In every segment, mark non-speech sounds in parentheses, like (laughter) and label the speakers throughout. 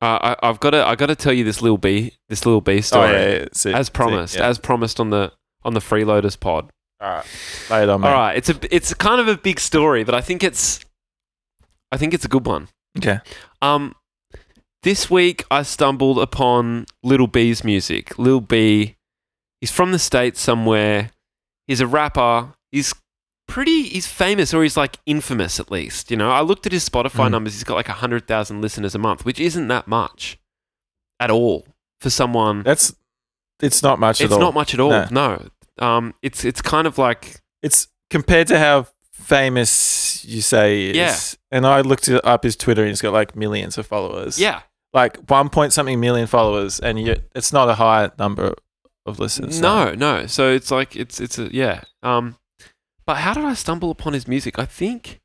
Speaker 1: Uh, I, I've got to I got to tell you this little b this little b
Speaker 2: Oh,
Speaker 1: story
Speaker 2: yeah, yeah, sick,
Speaker 1: as
Speaker 2: sick,
Speaker 1: promised
Speaker 2: yeah.
Speaker 1: as promised on the on the freeloaders pod.
Speaker 2: all right, lay it on me.
Speaker 1: All right, it's a it's kind of a big story, but I think it's I think it's a good one.
Speaker 2: Okay.
Speaker 1: Um, this week I stumbled upon Little B's music. Lil B, he's from the states somewhere. He's a rapper. He's pretty. He's famous, or he's like infamous at least. You know, I looked at his Spotify
Speaker 2: Mm.
Speaker 1: numbers. He's got like hundred thousand listeners a month, which isn't that much at all for someone.
Speaker 2: That's it's not much at
Speaker 1: It's
Speaker 2: all.
Speaker 1: not much at all. No. Um, it's it's kind of like
Speaker 2: It's compared to how famous you say he is. And I looked it up his Twitter and he's got like millions of followers.
Speaker 1: yeah,
Speaker 2: Like one point something million followers and you it's not a high number of listeners.
Speaker 1: no, no. So it's like it's it's a yeah. Um, but how did I stumble upon his music? I think,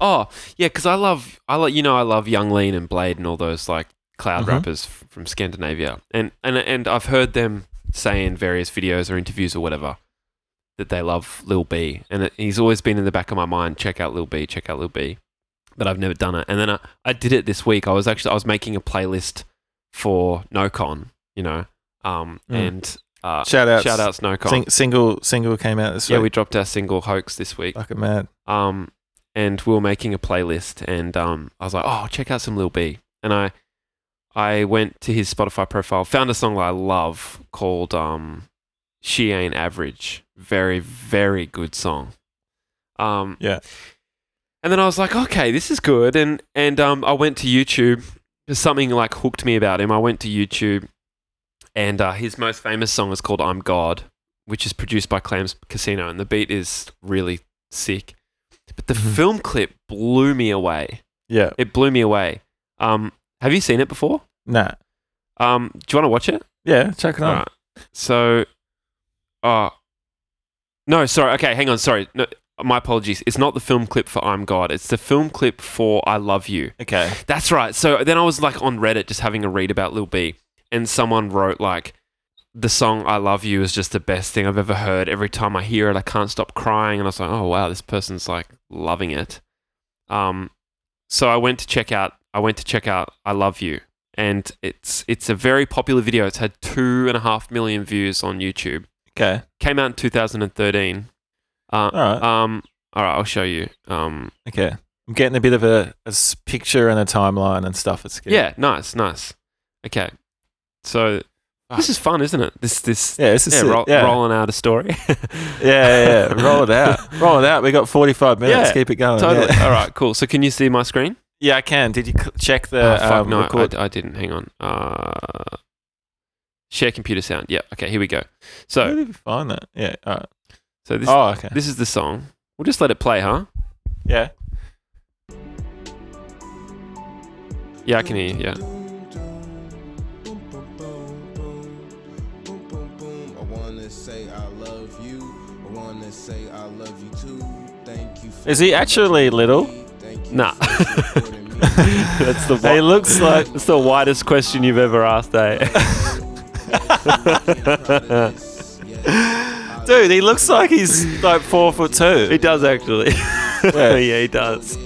Speaker 1: oh yeah, because I love I like you know I love Young Lean and Blade and all those like cloud
Speaker 2: Mhm.
Speaker 1: rappers f- from Scandinavia, and and and I've heard them say in various videos or interviews or whatever that they love Lil B, and it, he's always been in the back of my mind. Check out Lil B, check out Lil B, but I've never done it. And then I, I did it this week. I was actually I was making a playlist for NoCon, you know, um,
Speaker 2: Mm.
Speaker 1: and uh,
Speaker 2: Shout out
Speaker 1: Shout out Snowcon.
Speaker 2: Sing- single single came out this
Speaker 1: yeah, we
Speaker 2: week.
Speaker 1: dropped our single hoax this week.
Speaker 2: Fucking mad.
Speaker 1: Um, and we were making a playlist, and um, I was like, oh, check out some Lil B. And I, I went to his Spotify profile, found a song that I love called um, "She Ain't Average." Very, very good song. Um,
Speaker 2: Yeah.
Speaker 1: And then I was like, okay, this is good. And and um, I went to YouTube. Something like hooked me about him. I went to YouTube, and uh, his most famous song is called "I'm God," which is produced by Clams Casino, and the beat is really sick. But the
Speaker 2: Mhm.
Speaker 1: film clip blew me away.
Speaker 2: Yeah.
Speaker 1: It blew me away. Um, have you seen it before?
Speaker 2: Nah.
Speaker 1: Um, do you want to watch it?
Speaker 2: Yeah, check it out.
Speaker 1: Alright. So, uh, no, sorry. Okay, hang on. Sorry. No, my apologies. It's not the film clip for I'm God. It's the film clip for I Love You.
Speaker 2: Okay.
Speaker 1: That's right. So then I was like on Reddit just having a read about Lil B, and someone wrote like, the song I Love You is just the best thing I've ever heard. Every time I hear it, I can't stop crying. And I was like, oh, wow, this person's like loving it. Um, so I went to check out, I went to check out I Love You. And it's it's a very popular video. It's had two and a half million views on YouTube.
Speaker 2: Okay.
Speaker 1: Came out in 2013. Uh,
Speaker 2: All right.
Speaker 1: um, all right, I'll show you. Um,
Speaker 2: Okay. I'm getting a bit of a, a s- picture and a timeline and stuff. It's good.
Speaker 1: Yeah, nice, nice. Okay, so this is fun, isn't it? This this
Speaker 2: Yeah, this is
Speaker 1: yeah,
Speaker 2: sick.
Speaker 1: ro-
Speaker 2: yeah.
Speaker 1: rolling out a story.
Speaker 2: (laughs) yeah, yeah, yeah. Roll
Speaker 1: (laughs)
Speaker 2: it out. Roll it out. We got 45 minutes.
Speaker 1: Yeah,
Speaker 2: Keep it
Speaker 1: (laughs)
Speaker 2: going.
Speaker 1: totally.
Speaker 2: Oh, Yeah.
Speaker 1: All right, cool. So can you see my screen?
Speaker 2: Yeah, I can. Did you cl- check the
Speaker 1: oh, fuck,
Speaker 2: um,
Speaker 1: no, I,
Speaker 2: record?
Speaker 1: I didn't. Hang on. Uh, share computer sound. Yeah. Okay, here we go.
Speaker 2: Where
Speaker 1: So
Speaker 2: did you find that? Yeah. All right.
Speaker 1: so this
Speaker 2: oh, okay.
Speaker 1: this is the song. We'll just let it play, huh? (laughs)
Speaker 2: yeah.
Speaker 1: Yeah, I can hear you. Yeah.
Speaker 3: I wanna say I love you. I wanna say I love you too. Thank you. For
Speaker 2: Is he actually little?
Speaker 3: Thank you
Speaker 1: Nah.
Speaker 3: for supporting me.
Speaker 1: That's the.
Speaker 2: He looks like.
Speaker 1: That's the widest question you've ever asked, eh?
Speaker 2: (laughs) Dude, he looks like he's like four foot two.
Speaker 1: he does actually. (laughs)
Speaker 2: Yeah.
Speaker 1: he does.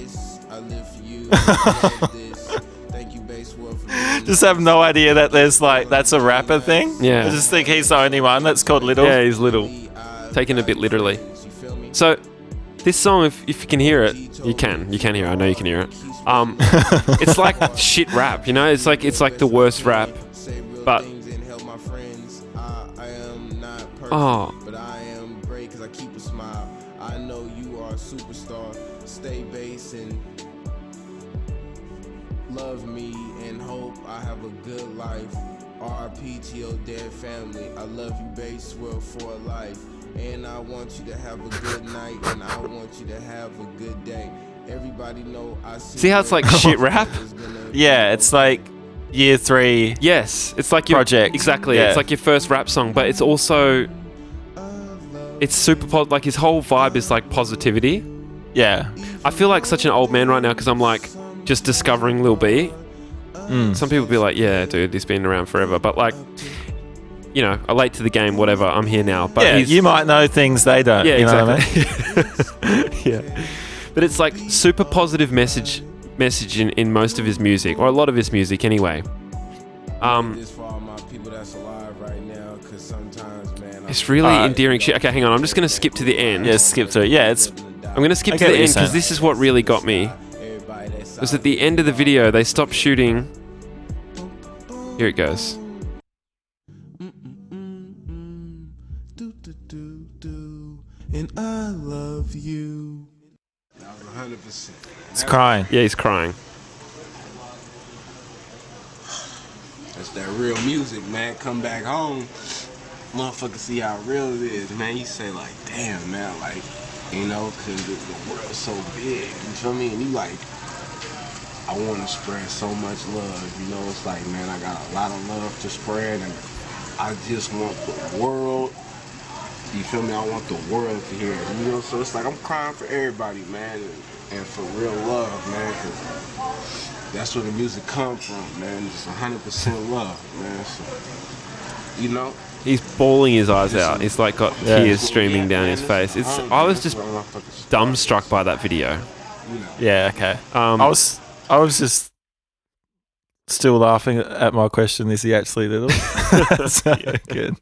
Speaker 3: I live for you. I love this. Thank
Speaker 2: (laughs)
Speaker 3: you, Basewood, for being
Speaker 2: Just have no idea that there's like that's a rapper thing.
Speaker 1: Yeah.
Speaker 2: I just think he's the only one that's called Little.
Speaker 1: Yeah, he's little.
Speaker 3: me. I've
Speaker 1: Taken a bit
Speaker 3: got
Speaker 1: literally.
Speaker 3: friends, you feel me?
Speaker 1: So, this song, if, if you can hear it, you can. You can hear it. I know you can hear it. Um,
Speaker 2: (laughs)
Speaker 1: it's like shit rap, you know? It's like it's like the worst rap.
Speaker 3: Say real
Speaker 1: But-
Speaker 3: things and help my friends. I, I am not perfect,
Speaker 1: Oh.
Speaker 3: but I am great because I keep a smile. I know you are a superstar. Stay base and love me and hope I have a good life. RP to your dead family. I love you, base world for life. And I want you to have a good night and I want you to have a good day. Everybody know I
Speaker 1: See how it's like
Speaker 3: (laughs)
Speaker 1: shit rap?
Speaker 2: Yeah, it's like year three.
Speaker 1: Yes, it's like your
Speaker 2: Project.
Speaker 1: Exactly.
Speaker 2: Yeah.
Speaker 1: It's like your first rap song, but it's also it's super po- like his whole vibe is like positivity.
Speaker 2: Yeah.
Speaker 1: I feel like such an old man right now because I'm like just discovering Lil B.
Speaker 2: Mm.
Speaker 1: Some people be like, "Yeah, dude, he's been around forever," but like, you know, I late to the game, whatever. I'm here now, but
Speaker 2: yeah,
Speaker 1: he's,
Speaker 2: you might know things they don't.
Speaker 1: Yeah, (laughs)
Speaker 2: you know what I mean?
Speaker 1: exactly. yeah. But it's like super positive message message in, in most of his music, or a lot of his music anyway. Um,
Speaker 3: This for all my people that's alive right now, cause sometimes, man,
Speaker 1: It's really
Speaker 2: Alright.
Speaker 1: endearing shit. Okay, hang on. I'm just going to skip to the end.
Speaker 2: Uh, Yeah, skip through it. Yeah, it's-
Speaker 1: I'm going to skip
Speaker 2: I
Speaker 1: to
Speaker 2: get
Speaker 1: the
Speaker 2: what you're
Speaker 1: end because
Speaker 2: saying.
Speaker 1: this is what really got me. It was at the end of the video, they stopped shooting. Here it goes.
Speaker 3: And I love you. That was 100%.
Speaker 2: It's crying.
Speaker 1: Yeah, he's crying.
Speaker 3: That's that real music, man. Come back home. Motherfucker see how real it is, man. You say like, damn, man, like, you know, cause the, the world's so big, you feel me? And you like, I wanna spread so much love, you know, it's like, man, I got a lot of love to spread and I just want the world, you feel me? I want the world to hear it, you know? So it's like, I'm crying for everybody, man, and, and for real love, man, cause that's where the music come from, man. Just 100% love, man. So, you know,
Speaker 1: He's bawling his eyes out. He's like got
Speaker 2: Yeah.
Speaker 1: tears streaming down his face. It's I was just
Speaker 3: dumbstruck.
Speaker 1: dumbstruck by that video.
Speaker 3: You know,
Speaker 2: Yeah, okay.
Speaker 1: Um,
Speaker 2: I was I was just still laughing at my question, is he actually (laughs) little? so good.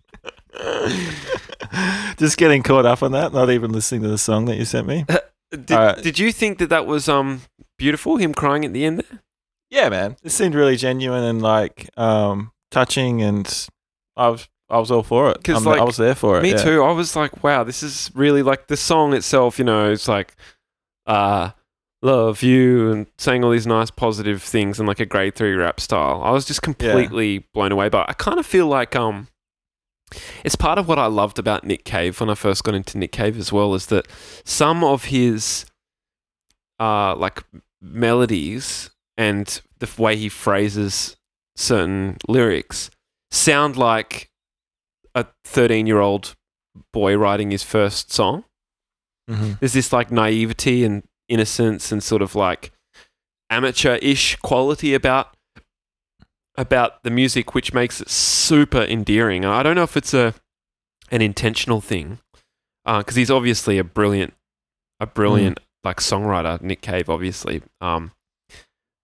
Speaker 2: just getting caught up on that, not even listening to the song that you sent me.
Speaker 1: did,
Speaker 2: Alright.
Speaker 1: did you think that that was um beautiful? Him crying at the end there.
Speaker 2: Yeah, man. It seemed really genuine and like um touching and I was I was all for it.
Speaker 1: 'Cause,
Speaker 2: I'm-
Speaker 1: like,
Speaker 2: I was there for it.
Speaker 1: Me
Speaker 2: yeah.
Speaker 1: too. I was like, wow, this is really like the song itself. You know, it's like, uh, love you and saying all these nice positive things in like a grade three rap style. I was just completely blown away. But I kind of feel like um, it's part of what I loved about Nick Cave when I first got into Nick Cave as well is that some of his uh like melodies and the f- way he phrases certain lyrics sound like a 13 year old boy writing his first song.
Speaker 2: Mhm.
Speaker 1: There's this like naivety and innocence and sort of like amateur ish quality about about the music which makes it super endearing. And I don't know if it's a an intentional thing because he's obviously a brilliant a brilliant like songwriter, Nick Cave, obviously. Um,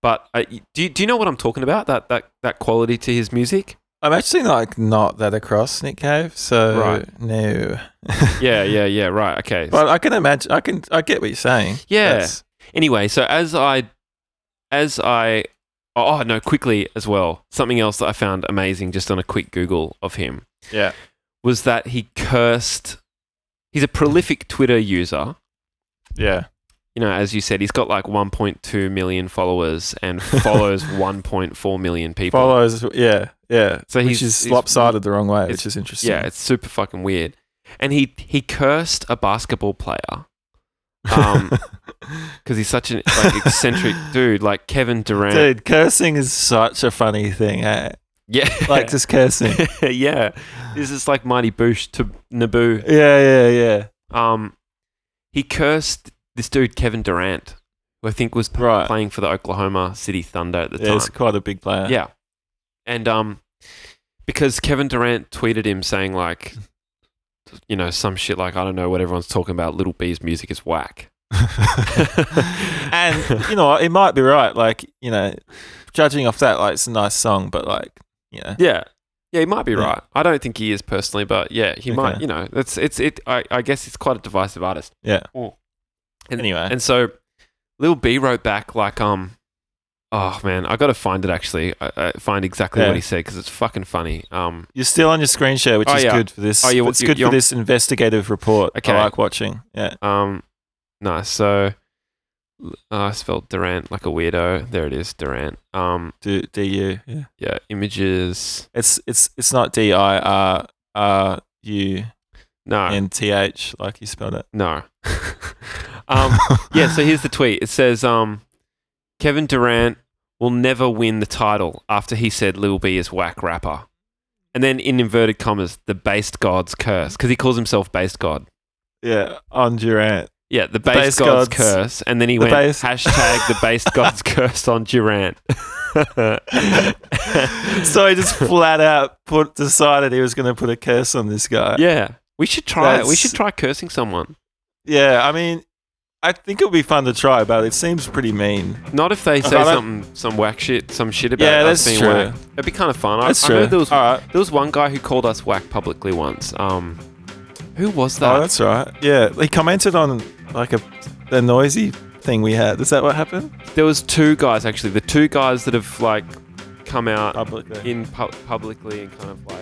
Speaker 1: but uh, y- do you, do you know what I'm talking about? That that that quality to his music.
Speaker 2: I'm actually like not that across Nick Cave, so
Speaker 1: Right.
Speaker 2: no.
Speaker 1: Yeah, yeah, yeah. Right. Okay.
Speaker 2: But I can imagine. I can. I get what you're saying.
Speaker 1: Yeah.
Speaker 2: That's-
Speaker 1: anyway, so as I, as I, oh no, quickly as well, something else that I found amazing just on a quick Google of him
Speaker 2: yeah.
Speaker 1: was that he cursed. He's a prolific Twitter user.
Speaker 2: Yeah.
Speaker 1: You know, as you said, he's got like 1.2 million followers
Speaker 2: (laughs)
Speaker 1: and follows 1.4 million people.
Speaker 2: Follows. Yeah. Yeah.
Speaker 1: So
Speaker 2: which
Speaker 1: he's-
Speaker 2: is
Speaker 1: he's-
Speaker 2: lopsided the wrong way,
Speaker 1: it's-
Speaker 2: which is interesting.
Speaker 1: yeah, it's super fucking weird. And he he cursed a basketball player because
Speaker 2: (laughs)
Speaker 1: he's such an like, eccentric dude, like Kevin Durant.
Speaker 2: Dude, cursing is such a funny thing. Eh?
Speaker 1: Yeah,
Speaker 2: (laughs) Like just cursing.
Speaker 1: (laughs) yeah. This is like Mighty Boosh to Naboo.
Speaker 2: yeah. Yeah. Yeah.
Speaker 1: Um, he cursed this dude Kevin Durant, who I think was p-
Speaker 2: Right.
Speaker 1: playing for the Oklahoma City Thunder at the
Speaker 2: yeah it's
Speaker 1: time.
Speaker 2: quite a big player.
Speaker 1: Yeah, and um, because Kevin Durant tweeted him saying like, you know, some shit like I don't know what everyone's talking about. Little B's music is whack.
Speaker 2: (laughs) and you know, what, it might be right. Like you know, judging off that, like it's a nice song, but like you know,
Speaker 1: Yeah. Yeah, he might be
Speaker 2: Yeah.
Speaker 1: right. I don't think he is personally, but yeah, he might.
Speaker 2: Okay.
Speaker 1: You know, it's it's it. I, I guess it's quite a divisive artist.
Speaker 2: Yeah.
Speaker 1: Oh. And,
Speaker 2: Anyway.
Speaker 1: and so Lil B wrote back like, um, oh man, I got to find it actually. I, I find exactly
Speaker 2: Yeah.
Speaker 1: what he said because it's fucking funny. Um,
Speaker 2: you're still on your screen share, which
Speaker 1: Oh,
Speaker 2: is
Speaker 1: yeah.
Speaker 2: good for this.
Speaker 1: Oh, you-
Speaker 2: it's
Speaker 1: you-
Speaker 2: good
Speaker 1: you're-
Speaker 2: for this investigative report.
Speaker 1: Okay.
Speaker 2: I like watching. Yeah.
Speaker 1: um, nice. So uh, I spelled Durant like a weirdo. There it is, Durant. Um,
Speaker 2: Do do you? Yeah.
Speaker 1: yeah, images.
Speaker 2: It's it's it's not D I R R U
Speaker 1: No,
Speaker 2: N T H like you spelled it.
Speaker 1: no. (laughs) um,
Speaker 2: (laughs)
Speaker 1: yeah, so here's the tweet. It says, um, Kevin Durant will never win the title after he said Lil B is whack rapper. And then in inverted commas, the based god's curse, because he calls himself based god.
Speaker 2: yeah, on Durant.
Speaker 1: Yeah, the based,
Speaker 2: based
Speaker 1: god's,
Speaker 2: god's-
Speaker 1: curse. And then he
Speaker 2: the
Speaker 1: went,
Speaker 2: (laughs) based-
Speaker 1: hashtag the based god's curse on
Speaker 2: (laughs)
Speaker 1: Durant.
Speaker 2: so
Speaker 1: (laughs)
Speaker 2: he just flat out put decided he was going to put a curse on this guy.
Speaker 1: yeah, we should try it. We
Speaker 2: That's-
Speaker 1: should try cursing someone.
Speaker 2: Yeah, I mean, I think it would be fun to try, but it seems pretty mean.
Speaker 1: Not if they say
Speaker 2: I don't-
Speaker 1: something, some whack shit, some shit about
Speaker 2: Yeah,
Speaker 1: us
Speaker 2: that's
Speaker 1: being
Speaker 2: true.
Speaker 1: whack. It'd be kind of fun. I,
Speaker 2: That's
Speaker 1: I know
Speaker 2: true.
Speaker 1: there was
Speaker 2: All right.
Speaker 1: there was one guy who called us whack publicly once. Um, who was that?
Speaker 2: Oh, that's all right. Yeah, he commented on like a the noisy thing we had. Is that what happened?
Speaker 1: there was two guys actually. The two guys that have like come out
Speaker 2: Publicly.
Speaker 1: in pu- publicly and kind of like